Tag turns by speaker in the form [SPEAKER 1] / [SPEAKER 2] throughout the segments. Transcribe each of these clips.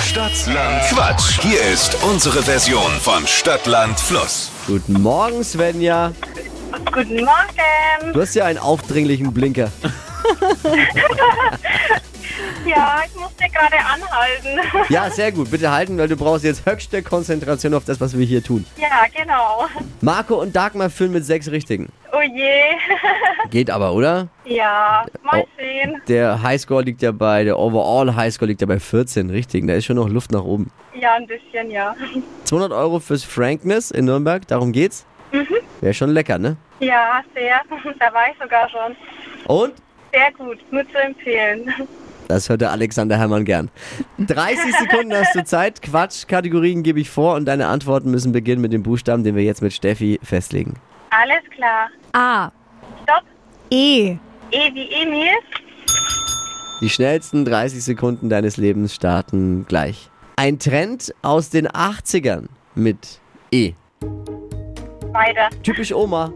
[SPEAKER 1] Stadtland Quatsch. Hier ist unsere Version von Stadtland Fluss.
[SPEAKER 2] Guten Morgen, Svenja.
[SPEAKER 3] Guten Morgen.
[SPEAKER 2] Du hast ja einen aufdringlichen Blinker.
[SPEAKER 3] Ja, ich musste gerade anhalten.
[SPEAKER 2] Ja, sehr gut. Bitte halten, weil du brauchst jetzt höchste Konzentration auf das, was wir hier tun.
[SPEAKER 3] Ja, genau.
[SPEAKER 2] Marco und Dagmar führen mit sechs Richtigen.
[SPEAKER 3] Oh je.
[SPEAKER 2] Geht aber, oder?
[SPEAKER 3] Ja, mal
[SPEAKER 2] Oh.
[SPEAKER 3] sehen.
[SPEAKER 2] Der Highscore liegt ja bei, der Overall Highscore liegt ja bei 14 Richtigen. Da ist schon noch Luft nach oben.
[SPEAKER 3] Ja, ein bisschen, ja.
[SPEAKER 2] 200 Euro fürs Frankness in Nürnberg, darum geht's. Wäre schon lecker, ne?
[SPEAKER 3] Ja, sehr. Da war ich sogar schon.
[SPEAKER 2] Und?
[SPEAKER 3] Sehr gut, nur zu empfehlen.
[SPEAKER 2] Das hört der Alexander Hermann gern. 30 Sekunden hast du Zeit. Quatsch, Kategorien gebe ich vor und deine Antworten müssen beginnen mit dem Buchstaben, den wir jetzt mit Steffi festlegen.
[SPEAKER 3] Alles klar.
[SPEAKER 4] A.
[SPEAKER 3] Stopp.
[SPEAKER 4] E.
[SPEAKER 3] E wie Emil.
[SPEAKER 2] Die schnellsten 30 Sekunden deines Lebens starten gleich. Ein Trend aus den 80ern mit E.
[SPEAKER 3] Weiter.
[SPEAKER 2] Typisch Oma.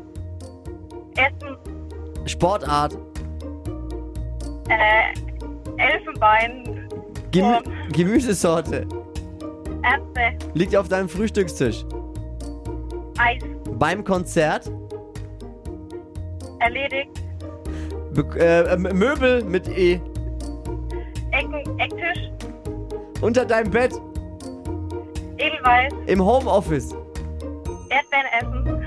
[SPEAKER 3] Essen.
[SPEAKER 2] Sportart.
[SPEAKER 3] Äh, Elfenbein.
[SPEAKER 2] Gemü Gemüsesorte.
[SPEAKER 3] Äpfel.
[SPEAKER 2] Liegt auf deinem Frühstückstisch.
[SPEAKER 3] Eis.
[SPEAKER 2] Beim Konzert.
[SPEAKER 3] Erledigt.
[SPEAKER 2] Be äh, äh, Möbel mit E.
[SPEAKER 3] Ecken. Ecktisch.
[SPEAKER 2] Unter deinem Bett.
[SPEAKER 3] Edelweiß.
[SPEAKER 2] Im Homeoffice.
[SPEAKER 3] Erdbeeren essen.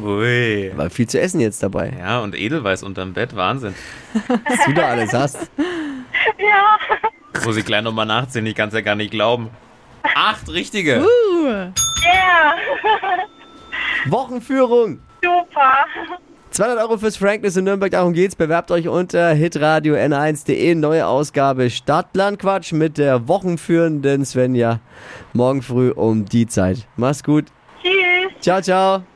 [SPEAKER 5] Ui.
[SPEAKER 2] War viel zu essen jetzt dabei.
[SPEAKER 5] Ja, und Edelweiß unterm Bett, Wahnsinn.
[SPEAKER 2] Was du da alles hast.
[SPEAKER 3] Ja.
[SPEAKER 5] Muss ich gleich nochmal nachziehen, ich kann es ja gar nicht glauben. Acht richtige.
[SPEAKER 3] Yeah.
[SPEAKER 2] Wochenführung.
[SPEAKER 3] Super.
[SPEAKER 2] 200 Euro fürs Frankness in Nürnberg, darum geht's. Bewerbt euch unter hitradio n1.de. Neue Ausgabe Stadtlandquatsch mit der wochenführenden Svenja. Morgen früh um die Zeit. Mach's gut.
[SPEAKER 3] Tschüss.
[SPEAKER 2] Ciao, ciao.